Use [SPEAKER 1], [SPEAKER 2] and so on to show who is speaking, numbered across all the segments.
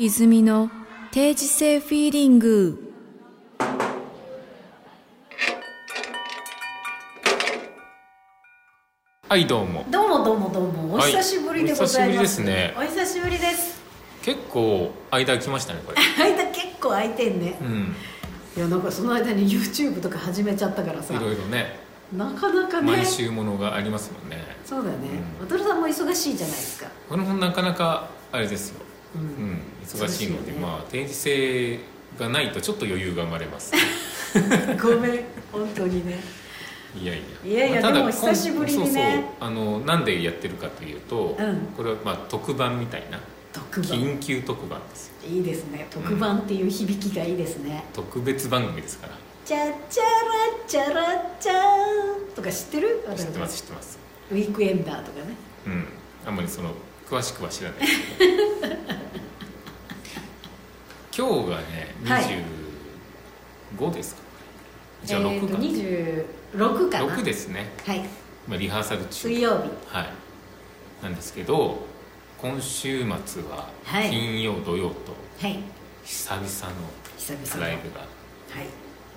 [SPEAKER 1] 泉の定時性フィーリング
[SPEAKER 2] はいどうも
[SPEAKER 3] どうもどうもどうもお
[SPEAKER 2] はい
[SPEAKER 3] 久しぶりでございます、
[SPEAKER 2] お
[SPEAKER 3] お久しぶりです
[SPEAKER 2] 結構間空きましたねこれ
[SPEAKER 3] 間結構空いてんね
[SPEAKER 2] うん
[SPEAKER 3] いやなんかその間に YouTube とか始めちゃったからさ
[SPEAKER 2] いろいろね
[SPEAKER 3] なかなかね
[SPEAKER 2] 毎週ものがありますもんね
[SPEAKER 3] そうだよね
[SPEAKER 2] う
[SPEAKER 3] 渡、るさんも忙しいじゃないですか
[SPEAKER 2] これもなかなかあれですよ、
[SPEAKER 3] うん
[SPEAKER 2] うん、忙しいので、
[SPEAKER 3] 忙しいよね
[SPEAKER 2] まあ定時性がないとちょっと余裕が生まれます
[SPEAKER 3] ごめん本当にね
[SPEAKER 2] いやいや
[SPEAKER 3] いやいや
[SPEAKER 2] まあ
[SPEAKER 3] で
[SPEAKER 2] 今
[SPEAKER 3] も久しぶりにね
[SPEAKER 2] そうそうあのなんでやってるかというと、
[SPEAKER 3] うん
[SPEAKER 2] これはまあ特番みたいな
[SPEAKER 3] 特番
[SPEAKER 2] 緊急特番ですよ
[SPEAKER 3] いいですね特番っていう響きがいいですね、
[SPEAKER 2] 特別番組ですから
[SPEAKER 3] チャチャラチャラチャーンとか知ってる
[SPEAKER 2] 知ってます知ってます
[SPEAKER 3] ウィークエンダーとかね
[SPEAKER 2] うんあんまりその詳しくは知 らないですけど今日が
[SPEAKER 3] は
[SPEAKER 2] ね
[SPEAKER 3] い
[SPEAKER 2] 25ですか、じゃあ
[SPEAKER 3] えー
[SPEAKER 2] 6
[SPEAKER 3] と
[SPEAKER 2] か、
[SPEAKER 3] 26かな
[SPEAKER 2] 6ですね、
[SPEAKER 3] はい
[SPEAKER 2] まあ、リハーサル中
[SPEAKER 3] 水曜日
[SPEAKER 2] はいなんですけど今週末は
[SPEAKER 3] はい
[SPEAKER 2] 金曜土曜と
[SPEAKER 3] はい
[SPEAKER 2] 久々
[SPEAKER 3] 久
[SPEAKER 2] の
[SPEAKER 3] 々の
[SPEAKER 2] ライブが
[SPEAKER 3] はい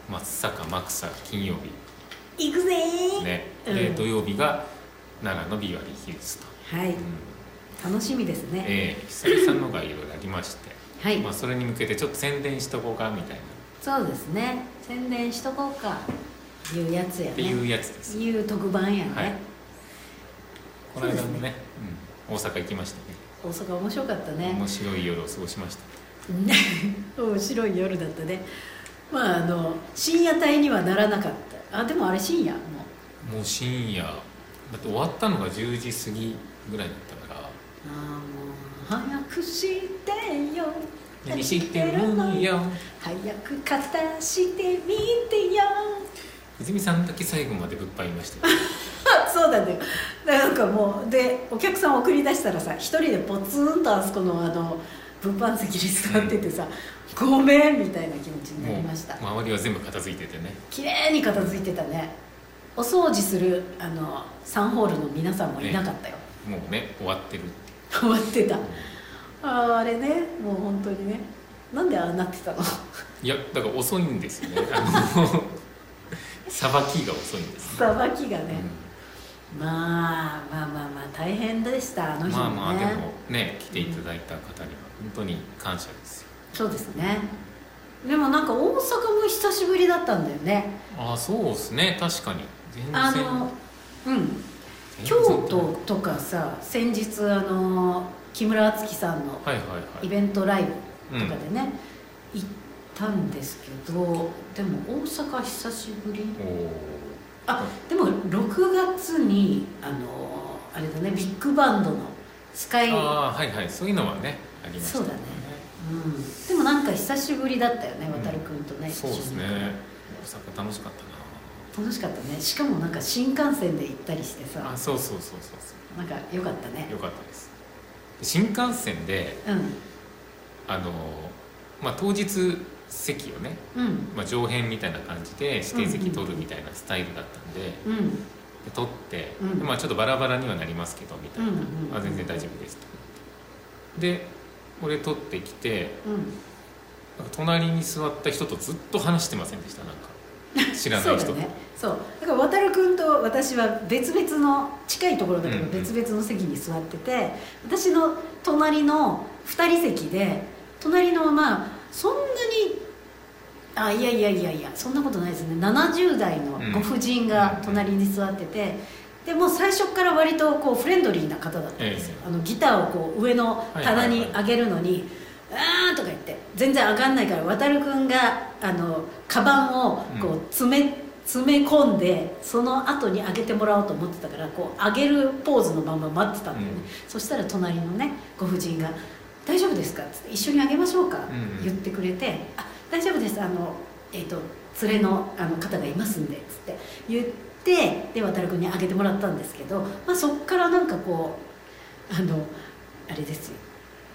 [SPEAKER 2] 松坂マクサ金曜
[SPEAKER 3] 行くぜ
[SPEAKER 2] 日
[SPEAKER 3] ー、
[SPEAKER 2] ね、
[SPEAKER 3] うん
[SPEAKER 2] で土曜日が長野ビワリーヒルズと、
[SPEAKER 3] はい
[SPEAKER 2] うん
[SPEAKER 3] 楽しみですね、
[SPEAKER 2] ええ久々のがいろいろありまして
[SPEAKER 3] はい、
[SPEAKER 2] まあ、それに向けてちょっと宣伝しとこうかみたいな
[SPEAKER 3] そうですね宣伝しとこうかいうやつやね
[SPEAKER 2] っていうやつです、
[SPEAKER 3] いう特番やね、
[SPEAKER 2] はいこの間
[SPEAKER 3] そ
[SPEAKER 2] も
[SPEAKER 3] うです
[SPEAKER 2] ね、うん、大阪行きましたね
[SPEAKER 3] 大阪面白かったね
[SPEAKER 2] 面白い夜を過ごしました
[SPEAKER 3] ね 面白い夜だったねまああの深夜帯にはならなかったあでもあれ深夜もう
[SPEAKER 2] もう深夜だって終わったのが10時過ぎぐらいだったか
[SPEAKER 3] ああもう早くしてよ
[SPEAKER 2] ら何してるのよ
[SPEAKER 3] 早く片してみてよ
[SPEAKER 2] 泉さんだけ最後までぶっぱいましたよ
[SPEAKER 3] あ そうなんだよなんかもうでお客さん送り出したらさ一人でポツンとあそこのあの物販席に座っててさ、ごめんみたいな気持ちになりました
[SPEAKER 2] もう周りは全部片付いててね
[SPEAKER 3] 綺麗に片付いてたねお掃除するあのサンホールの皆さんもいなかったよ、
[SPEAKER 2] もうね終わってるって
[SPEAKER 3] 終わってたあーあれねもう本当にねなんでああなってたの
[SPEAKER 2] いやだから遅いんですよねあ のさばきが遅いんです、
[SPEAKER 3] さばきが
[SPEAKER 2] う
[SPEAKER 3] ね、
[SPEAKER 2] ん
[SPEAKER 3] まあまあまあまあ大変でしたあの日もね、
[SPEAKER 2] まあまあでもね来ていただいた方には本当に感謝ですよ
[SPEAKER 3] そうですねでもなんか大阪も久しぶりだったんだよね
[SPEAKER 2] ああそうですね確かに全然
[SPEAKER 3] あのうん
[SPEAKER 2] 全然
[SPEAKER 3] 京都とかさ先日あの木村敦樹さんの
[SPEAKER 2] はいはい
[SPEAKER 3] イ
[SPEAKER 2] はい
[SPEAKER 3] ベントライブとかでね、行ったんですけどでも大阪久しぶり
[SPEAKER 2] おお
[SPEAKER 3] あでも6月にあのあれだねビッグバンドのスカイ
[SPEAKER 2] ああはいはいそういうのはねありました
[SPEAKER 3] そうだねうん、でもなんか久しぶりだったよね
[SPEAKER 2] うん
[SPEAKER 3] 渡君とね、
[SPEAKER 2] そうですね
[SPEAKER 3] 一緒に
[SPEAKER 2] 大阪楽しかった
[SPEAKER 3] 楽しかったねしかもなんか新幹線で行ったりして
[SPEAKER 2] な
[SPEAKER 3] さ
[SPEAKER 2] あそうそうそうそうそ
[SPEAKER 3] なんか良かったね
[SPEAKER 2] うよかったです新幹線で
[SPEAKER 3] う
[SPEAKER 2] あのまあ当日席をね、
[SPEAKER 3] んうん
[SPEAKER 2] まあ、上辺みたいな感じで指定席取るみたいなスタイルだったんで、
[SPEAKER 3] うん
[SPEAKER 2] で撮って、
[SPEAKER 3] うん
[SPEAKER 2] まあちょっとバラバラにはなりますけどみたいな、
[SPEAKER 3] うんうんうん
[SPEAKER 2] あ全然大丈夫ですとで俺撮ってきて
[SPEAKER 3] うん
[SPEAKER 2] なんか隣に座った人とずっと話してませんでしたなんか 知らない人
[SPEAKER 3] そ
[SPEAKER 2] と、
[SPEAKER 3] うだねそうだから渡る君と私は別々の近いところだけ
[SPEAKER 2] うん
[SPEAKER 3] ど
[SPEAKER 2] うん
[SPEAKER 3] 別々の席に座ってて、私の隣の2人席で隣のまあそんなにあいやいやいやいやそんなことないですね70代のご婦人が隣に座ってて、でもう最初から割とこうフレンドリーな方だったんですよ、
[SPEAKER 2] ええ
[SPEAKER 3] あのギターをこう上の棚に上げるのに「あー」とか言って全然上がんないから渡るくんがあのカバンをこ
[SPEAKER 2] う
[SPEAKER 3] うん詰め,、詰め込んでその後に上げてもらおうと思ってたからこう上げるポーズのまま待ってたんだよね、
[SPEAKER 2] うん
[SPEAKER 3] そしたら隣のねご婦人が「大丈夫ですか?」って言って一緒にあげましょうか」って
[SPEAKER 2] うんうん
[SPEAKER 3] 言ってくれて「あ大丈夫ですあの、えっと連れのあの方がいますんで」っつって言ってで渡君にあげてもらったんですけど、まあ、そっからなんかこうあのあれですよ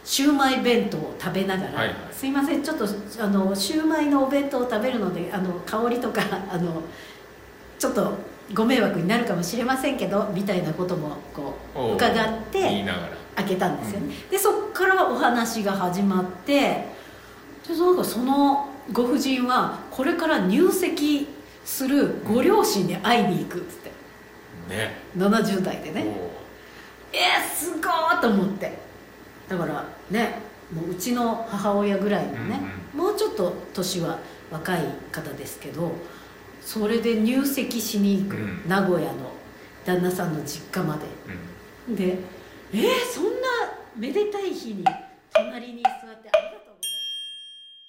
[SPEAKER 3] シューマイ弁当を食べながら、
[SPEAKER 2] はいはい
[SPEAKER 3] すいませんちょっとあのシューマイのお弁当を食べるのであの香りとか あのちょっとご迷惑になるかもしれませんけどみたいなこともこう
[SPEAKER 2] おう
[SPEAKER 3] 伺って
[SPEAKER 2] 言いながら
[SPEAKER 3] 開けたんですよね、でそっからお話が始まってでなんかそのご婦人はこれから入籍するご両親に会いに行くっつって
[SPEAKER 2] ね
[SPEAKER 3] 70代で
[SPEAKER 2] お
[SPEAKER 3] ねえー、すごーと思ってだからねもううちの母親ぐらいのね、もうちょっと年は若い方ですけどそれで入籍しに行く、
[SPEAKER 2] うん
[SPEAKER 3] 名古屋の旦那さんの実家まで
[SPEAKER 2] ーうん
[SPEAKER 3] でえー、そんなめでたい日に隣に座ってありがとう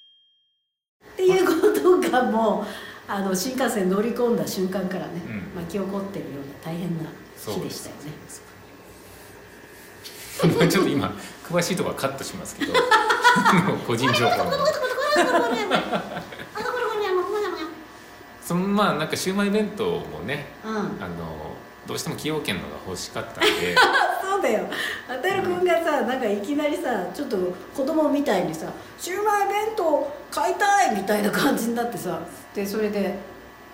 [SPEAKER 3] ございますっていうことがもうあの新幹線乗り込んだ瞬間からね、
[SPEAKER 2] うん
[SPEAKER 3] 巻き起こってるような大変な
[SPEAKER 2] そう
[SPEAKER 3] 日でしたよね
[SPEAKER 2] すそうですまあちょっと今詳しいとこはカットしますけど あの個人情報の
[SPEAKER 3] あの頃にあのほらほ
[SPEAKER 2] そのまあなんかシウマイ弁当もね
[SPEAKER 3] らうん
[SPEAKER 2] あのどうしても崎陽軒のが欲しかったんで
[SPEAKER 3] そうだよあたるくんがさなんかいきなりさちょっと子供みたいにさ「シューマイ弁当買いたい!」みたいな感じになってさでそれで「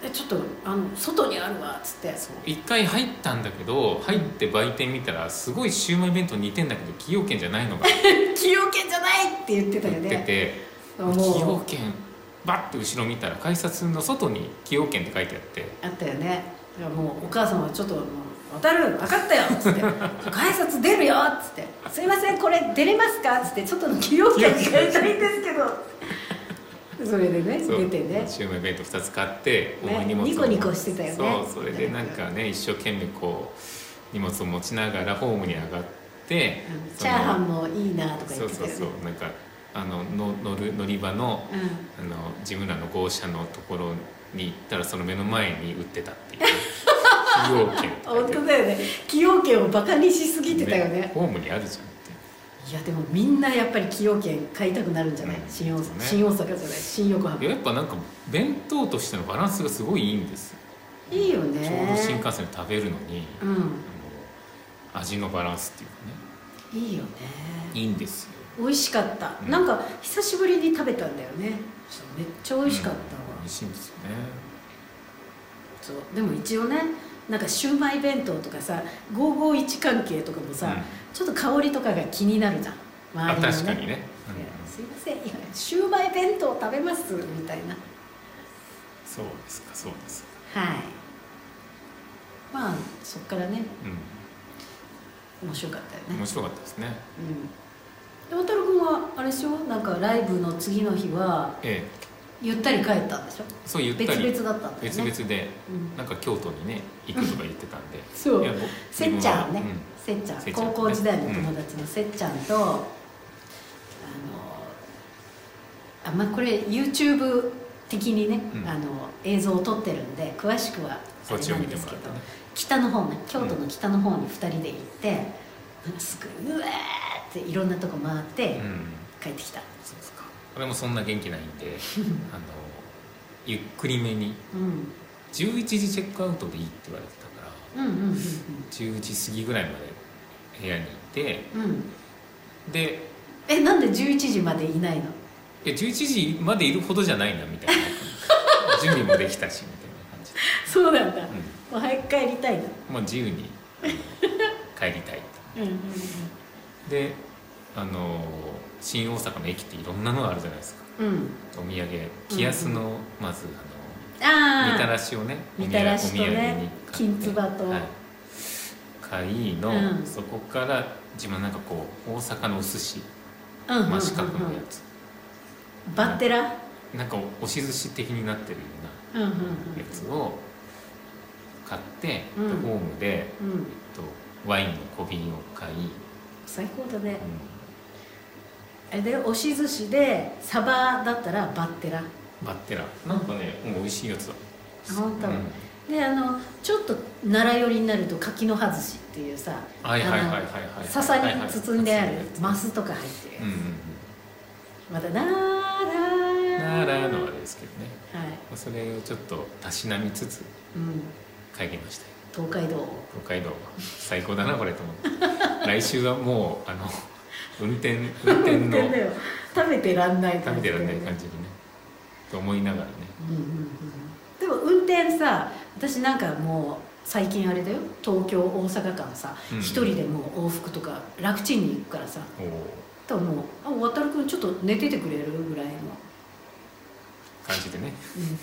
[SPEAKER 3] えちょっとあの外にあるわ」っつって
[SPEAKER 2] 一回入ったんだけど入って売店見たらすごいシウマイ弁当似てんだけど崎陽軒じゃないのが
[SPEAKER 3] 「崎陽軒じゃない!」って言ってたよ
[SPEAKER 2] 売って
[SPEAKER 3] ね
[SPEAKER 2] て
[SPEAKER 3] も
[SPEAKER 2] 崎陽
[SPEAKER 3] う
[SPEAKER 2] 軒バッて後ろ見たら改札の外に崎陽軒って書いてあって
[SPEAKER 3] あったよねだからもうお母さんはちょっともう「渡る分かったよ」っつって「改札出るよ」っつって「すいませんこれ出れますか?」っつって「ちょっと崎陽軒買いたいんですけど」 それでね
[SPEAKER 2] そう
[SPEAKER 3] 出てね
[SPEAKER 2] シウマイ弁当2つ買って
[SPEAKER 3] ね
[SPEAKER 2] 重い荷物を
[SPEAKER 3] ニコニコしてたよね
[SPEAKER 2] そうそれでなんかね一生懸命こう荷物を持ちながらホームに上がって
[SPEAKER 3] うん
[SPEAKER 2] そ
[SPEAKER 3] チ
[SPEAKER 2] の
[SPEAKER 3] ャーハンもいいなとか言
[SPEAKER 2] そ
[SPEAKER 3] っ
[SPEAKER 2] う
[SPEAKER 3] て
[SPEAKER 2] そ
[SPEAKER 3] たよ
[SPEAKER 2] う
[SPEAKER 3] ね
[SPEAKER 2] そうなんかあのの乗る乗り場の
[SPEAKER 3] うん
[SPEAKER 2] あの自分らの号車のところに行ったらその目の前に売ってたっていう崎陽軒とか 言っ
[SPEAKER 3] 本
[SPEAKER 2] て
[SPEAKER 3] 当だよね崎陽軒をバカにしすぎてたよね
[SPEAKER 2] ホームにあるじゃんって
[SPEAKER 3] いやでもみんなやっぱり崎陽軒買いたくなるんじゃない、
[SPEAKER 2] うん
[SPEAKER 3] 新大
[SPEAKER 2] そう
[SPEAKER 3] 阪、
[SPEAKER 2] ね
[SPEAKER 3] 新大阪じゃない新横
[SPEAKER 2] いや
[SPEAKER 3] 浜
[SPEAKER 2] やっぱなんか弁当としてのバランスがすごいいいんですよ
[SPEAKER 3] いいよ
[SPEAKER 2] ち
[SPEAKER 3] ね
[SPEAKER 2] ょうど新幹線で食べるのに、
[SPEAKER 3] う
[SPEAKER 2] あ
[SPEAKER 3] ん
[SPEAKER 2] の味のバランスっていうか
[SPEAKER 3] いいよね
[SPEAKER 2] ねいいんですよ
[SPEAKER 3] 美味しかった、
[SPEAKER 2] うん
[SPEAKER 3] なんか久しぶりに食べたんだよねそうめっちゃ美味しかったわ、
[SPEAKER 2] うん美味しいんですよね
[SPEAKER 3] そうでも一応ねなんかシューマイ弁当とかさ551関係とかもさ、
[SPEAKER 2] うん
[SPEAKER 3] ちょっと香りとかが気になるじゃん
[SPEAKER 2] あ
[SPEAKER 3] 周りのね
[SPEAKER 2] 確かにね、うん
[SPEAKER 3] ねすいませんいやシューマイ弁当食べますみたいな
[SPEAKER 2] そうですかそうですか
[SPEAKER 3] はいまあそっからね
[SPEAKER 2] う
[SPEAKER 3] 面白かったよ
[SPEAKER 2] ん
[SPEAKER 3] ね
[SPEAKER 2] 面白かったですね
[SPEAKER 3] うんで渡る君はあれでしょなんかライブの次の日は
[SPEAKER 2] ええ
[SPEAKER 3] ゆったり帰ったんでしょ
[SPEAKER 2] そう言っ
[SPEAKER 3] 別
[SPEAKER 2] たり
[SPEAKER 3] 々だったんだよ
[SPEAKER 2] 別
[SPEAKER 3] ね
[SPEAKER 2] 々で
[SPEAKER 3] うん
[SPEAKER 2] なんか京都にね行くとか言ってたんで
[SPEAKER 3] そう
[SPEAKER 2] いや僕
[SPEAKER 3] せっちゃんね、
[SPEAKER 2] 自
[SPEAKER 3] せっちゃん
[SPEAKER 2] せっちゃん
[SPEAKER 3] 高
[SPEAKER 2] ね
[SPEAKER 3] 校時代の友達のせっちゃんと、あのあまあこれ YouTube 的にね、
[SPEAKER 2] うん
[SPEAKER 3] あの映像を撮ってるんで詳しくはあ
[SPEAKER 2] そっ
[SPEAKER 3] れ
[SPEAKER 2] ちを
[SPEAKER 3] なん
[SPEAKER 2] 見
[SPEAKER 3] で
[SPEAKER 2] て
[SPEAKER 3] す
[SPEAKER 2] も
[SPEAKER 3] け
[SPEAKER 2] らっ
[SPEAKER 3] ど
[SPEAKER 2] てね
[SPEAKER 3] 北の方ね京都の北の方に2人で行って、なんかすごいうわーっていろんなとこ回って
[SPEAKER 2] 分はうん
[SPEAKER 3] 帰ってきた、
[SPEAKER 2] そうですか俺もそんな元気ないん であのゆっくりめに
[SPEAKER 3] うん、
[SPEAKER 2] 11時チェックアウトでいいって言われてたから
[SPEAKER 3] うんうんうん
[SPEAKER 2] 10時過ぎぐらいまで部屋にいて
[SPEAKER 3] うんうん
[SPEAKER 2] で
[SPEAKER 3] えなんで11時までいないの
[SPEAKER 2] いや11時までいるほどじゃないなみたい な準備もできたしみたいな感じで、
[SPEAKER 3] そうなんだ、もう早く帰りたいな
[SPEAKER 2] うん、まあ自由に あの帰りたいと
[SPEAKER 3] うんうんうん
[SPEAKER 2] であの新大阪の駅っていろんなのがあるじゃないですか
[SPEAKER 3] うん
[SPEAKER 2] お土産木安の、まずあの
[SPEAKER 3] あ
[SPEAKER 2] みた
[SPEAKER 3] あ
[SPEAKER 2] らしをね
[SPEAKER 3] みたらしとね
[SPEAKER 2] お土産に買って
[SPEAKER 3] きんつばと
[SPEAKER 2] はい買いの、
[SPEAKER 3] うん
[SPEAKER 2] そこから自分なんかこう大阪のお寿司
[SPEAKER 3] うんうんうんう
[SPEAKER 2] 真
[SPEAKER 3] ん
[SPEAKER 2] 四角のやつ、
[SPEAKER 3] バッテラ
[SPEAKER 2] なんかおし寿司的になってるような
[SPEAKER 3] うんうんうん
[SPEAKER 2] やつを買って、
[SPEAKER 3] うん
[SPEAKER 2] でホームで、えっ
[SPEAKER 3] うん
[SPEAKER 2] と、ワインの小瓶を買い、
[SPEAKER 3] 最高だねあれで押し寿司でサバだったらバッテラ
[SPEAKER 2] バッテラなんかね、うん、美味しいやつだ
[SPEAKER 3] あ本当
[SPEAKER 2] うん
[SPEAKER 3] であのちょっと奈良寄りになると柿の外しっていうさ
[SPEAKER 2] はいはいはいはいはい
[SPEAKER 3] あの笹に包んであるマスとか入って
[SPEAKER 2] う
[SPEAKER 3] る
[SPEAKER 2] んう
[SPEAKER 3] や
[SPEAKER 2] ん
[SPEAKER 3] つまたなー
[SPEAKER 2] うん
[SPEAKER 3] ら
[SPEAKER 2] な
[SPEAKER 3] ー
[SPEAKER 2] らのあれですけどね
[SPEAKER 3] はい
[SPEAKER 2] それをちょっとたしなみつつ
[SPEAKER 3] うん
[SPEAKER 2] 帰りましたよ
[SPEAKER 3] 東海道
[SPEAKER 2] 北海道は最高だなこれと思 って来週はもうあの運転運転の
[SPEAKER 3] だよ食べてらんない
[SPEAKER 2] 食べてらんない
[SPEAKER 3] じ
[SPEAKER 2] 感じにねと思いながらね
[SPEAKER 3] うんうんうんでも運転さ私なんかもう最近あれだよ東京大阪間さ
[SPEAKER 2] うん
[SPEAKER 3] 一、人でもう往復とか楽ちんに行くからさ
[SPEAKER 2] おお
[SPEAKER 3] だからもう「あ渡るくんちょっと寝ててくれる?」ぐらいの、
[SPEAKER 2] 感じでね
[SPEAKER 3] うん、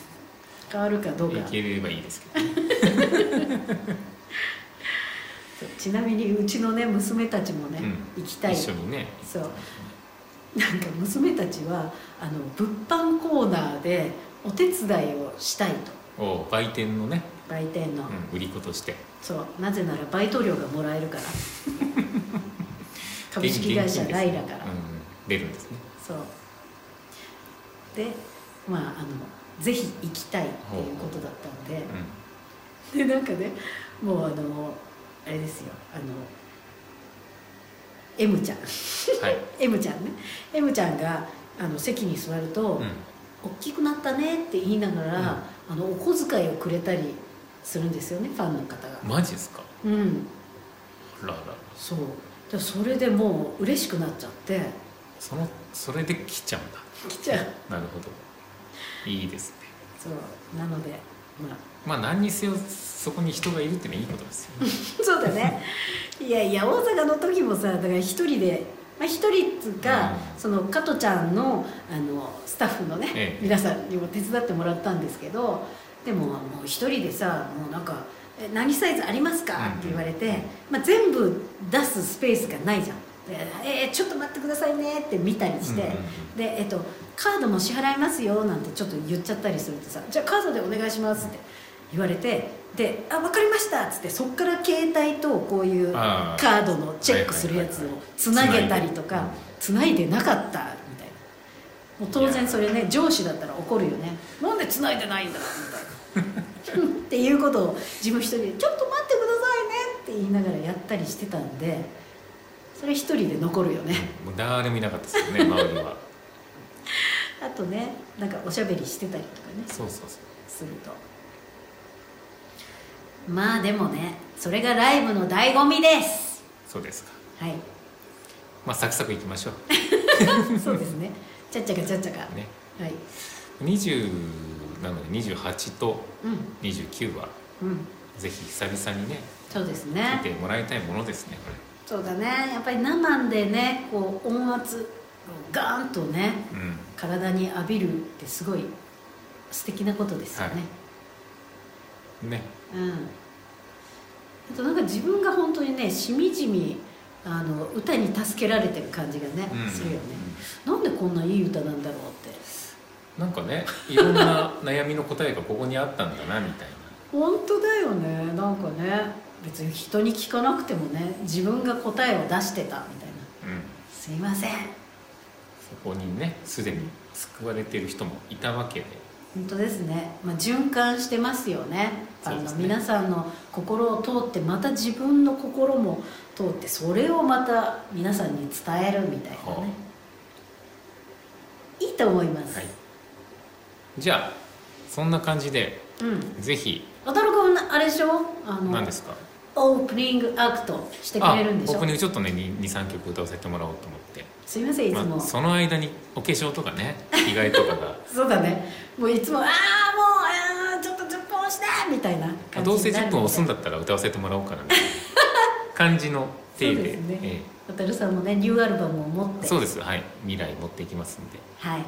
[SPEAKER 3] 変わるかどうか
[SPEAKER 2] いければいいですけどね
[SPEAKER 3] そうちなみにうちのね娘たちもね、行きたい
[SPEAKER 2] 一緒にね
[SPEAKER 3] そうなんか娘たちはあの物販コーナーでお手伝いをしたいと
[SPEAKER 2] おう売店のね、
[SPEAKER 3] 売店の、
[SPEAKER 2] うん、売り子として
[SPEAKER 3] そうなぜならバイト料がもらえ るから株式会社
[SPEAKER 2] 現
[SPEAKER 3] ラ
[SPEAKER 2] 金
[SPEAKER 3] イ
[SPEAKER 2] です
[SPEAKER 3] ラ
[SPEAKER 2] ね
[SPEAKER 3] から、
[SPEAKER 2] うん、出るんですね
[SPEAKER 3] そうでまああのぜひ行きたいっていうことだったんで、でなんかねもうあのあれですよあの M ちゃん
[SPEAKER 2] うんはい
[SPEAKER 3] M ちゃんね M ちゃんがあの席に座ると、
[SPEAKER 2] うん
[SPEAKER 3] 大きくなったねって言いながら、あのお小遣いをくれたりするんですよねファンの方が、
[SPEAKER 2] マジですか
[SPEAKER 3] うん
[SPEAKER 2] あらあら
[SPEAKER 3] そうでそれでもう嬉しくなっちゃって
[SPEAKER 2] そのそれで来ちゃうんだ
[SPEAKER 3] 来ちゃう
[SPEAKER 2] なるほどいいですね
[SPEAKER 3] そうなので
[SPEAKER 2] ま
[SPEAKER 3] まあ
[SPEAKER 2] あ何にせよそこに人がいるってのはいいことですよね
[SPEAKER 3] そうだ ねいやいや大阪の時もさだから一人でまあ、一人っつうか、
[SPEAKER 2] うん
[SPEAKER 3] その加トちゃんのあのスタッフのね、
[SPEAKER 2] ええ
[SPEAKER 3] 皆さんにも手伝ってもらったんですけどでももう一人でさもうなんか「え何サイズありますか?」って言われて、まあ、全部出すスペースがないじゃん「でえーちょっと待ってくださいね」って見たりして、
[SPEAKER 2] うんうんうん
[SPEAKER 3] で、えっと、カードも支払いますよなんてちょっと言っちゃったりするとさ「じゃあカードでお願いします」って言われてで「あ分かりました」っつってそっから携帯とこういうカ
[SPEAKER 2] あー
[SPEAKER 3] ードのチェックするやつをつなげたりとかつないでなかったみたいなもう当然それね上司だったら怒るよね「なんでつないでないんだ」みたいなっていうことを自分一人で「ちょっと待ってくださいね」って言いながらやったりしてたんでそれ一人で残るよ ね
[SPEAKER 2] もう誰もいなかったですよね周りは
[SPEAKER 3] あとねなんかおしゃべりしてたりとかね
[SPEAKER 2] そうそうそう
[SPEAKER 3] するとまあでもねそれがライブの醍醐味です
[SPEAKER 2] そうですか
[SPEAKER 3] はい
[SPEAKER 2] まあサクサクいきましょう
[SPEAKER 3] そうですねちゃっちゃかちゃっちゃか、
[SPEAKER 2] ね
[SPEAKER 3] はい
[SPEAKER 2] 20なので28と
[SPEAKER 3] うん
[SPEAKER 2] 29は
[SPEAKER 3] うん
[SPEAKER 2] ぜひ久々にね
[SPEAKER 3] そうです
[SPEAKER 2] 見
[SPEAKER 3] ね
[SPEAKER 2] てもらいたいものですねこ
[SPEAKER 3] そうだねやっぱり生でねこう音圧ガーンとね
[SPEAKER 2] れうん
[SPEAKER 3] 体に浴びるってすごい素敵なことですよね、
[SPEAKER 2] はいね
[SPEAKER 3] うん、あとなんか自分が本当にねしみじみあの歌に助けられてる感じがね、
[SPEAKER 2] うん
[SPEAKER 3] するよねなんでこんないい歌なんだろうって
[SPEAKER 2] なんかねいろんな悩みの答えがここにあったんだなみたい
[SPEAKER 3] 本当だよねなんかね別に人に聞かなくてもね自分が答えを出してたみたいな
[SPEAKER 2] な、うん、
[SPEAKER 3] 「すいません
[SPEAKER 2] そこにねすでに救われてる人もいたわけで」
[SPEAKER 3] 本当ですね、まあ、循環してますよねファンの
[SPEAKER 2] そうですね
[SPEAKER 3] 皆さんの心を通ってまた自分の心も通ってそれをまた皆さんに伝えるみたいな
[SPEAKER 2] は
[SPEAKER 3] ねいいと思います、
[SPEAKER 2] はいじゃあそんな感じで
[SPEAKER 3] うん
[SPEAKER 2] ぜひ
[SPEAKER 3] 渡る君あれでしょあの
[SPEAKER 2] 何ですか
[SPEAKER 3] オープニングアクトしてくれるんで
[SPEAKER 2] あ
[SPEAKER 3] し
[SPEAKER 2] オー
[SPEAKER 3] ょ
[SPEAKER 2] プニングちょっとね23曲歌わせてもらおうと思って、
[SPEAKER 3] すいませんいつも、
[SPEAKER 2] まあ、
[SPEAKER 3] そ
[SPEAKER 2] その間にお化粧とかね着替えとかが
[SPEAKER 3] うだねもういつも「ああもうあーちょっと10分押して」みたいな
[SPEAKER 2] まあ
[SPEAKER 3] 感じ
[SPEAKER 2] どう
[SPEAKER 3] にな
[SPEAKER 2] せ
[SPEAKER 3] る
[SPEAKER 2] 10分押すんだったら歌わせてもらおう かなみたいな感じの手
[SPEAKER 3] そう
[SPEAKER 2] で
[SPEAKER 3] ですね
[SPEAKER 2] え
[SPEAKER 3] 渡るさんもねニューアルバムを持っ
[SPEAKER 2] え
[SPEAKER 3] て
[SPEAKER 2] そうですはい未来持っていきますんで
[SPEAKER 3] はい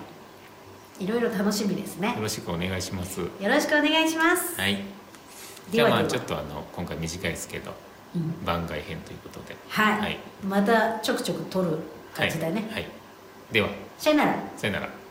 [SPEAKER 3] いろいろ楽しみですね
[SPEAKER 2] よろしくお願いします
[SPEAKER 3] よろしくお願いします、
[SPEAKER 2] はいじ
[SPEAKER 3] で
[SPEAKER 2] ゃ
[SPEAKER 3] は
[SPEAKER 2] あまあ
[SPEAKER 3] では
[SPEAKER 2] ちょっとあの今回短いですけど
[SPEAKER 3] うん
[SPEAKER 2] 番外編ということで
[SPEAKER 3] はい、
[SPEAKER 2] はい
[SPEAKER 3] またちょくちょく撮る感じだね、
[SPEAKER 2] はいはい、では
[SPEAKER 3] さよなら
[SPEAKER 2] さよなら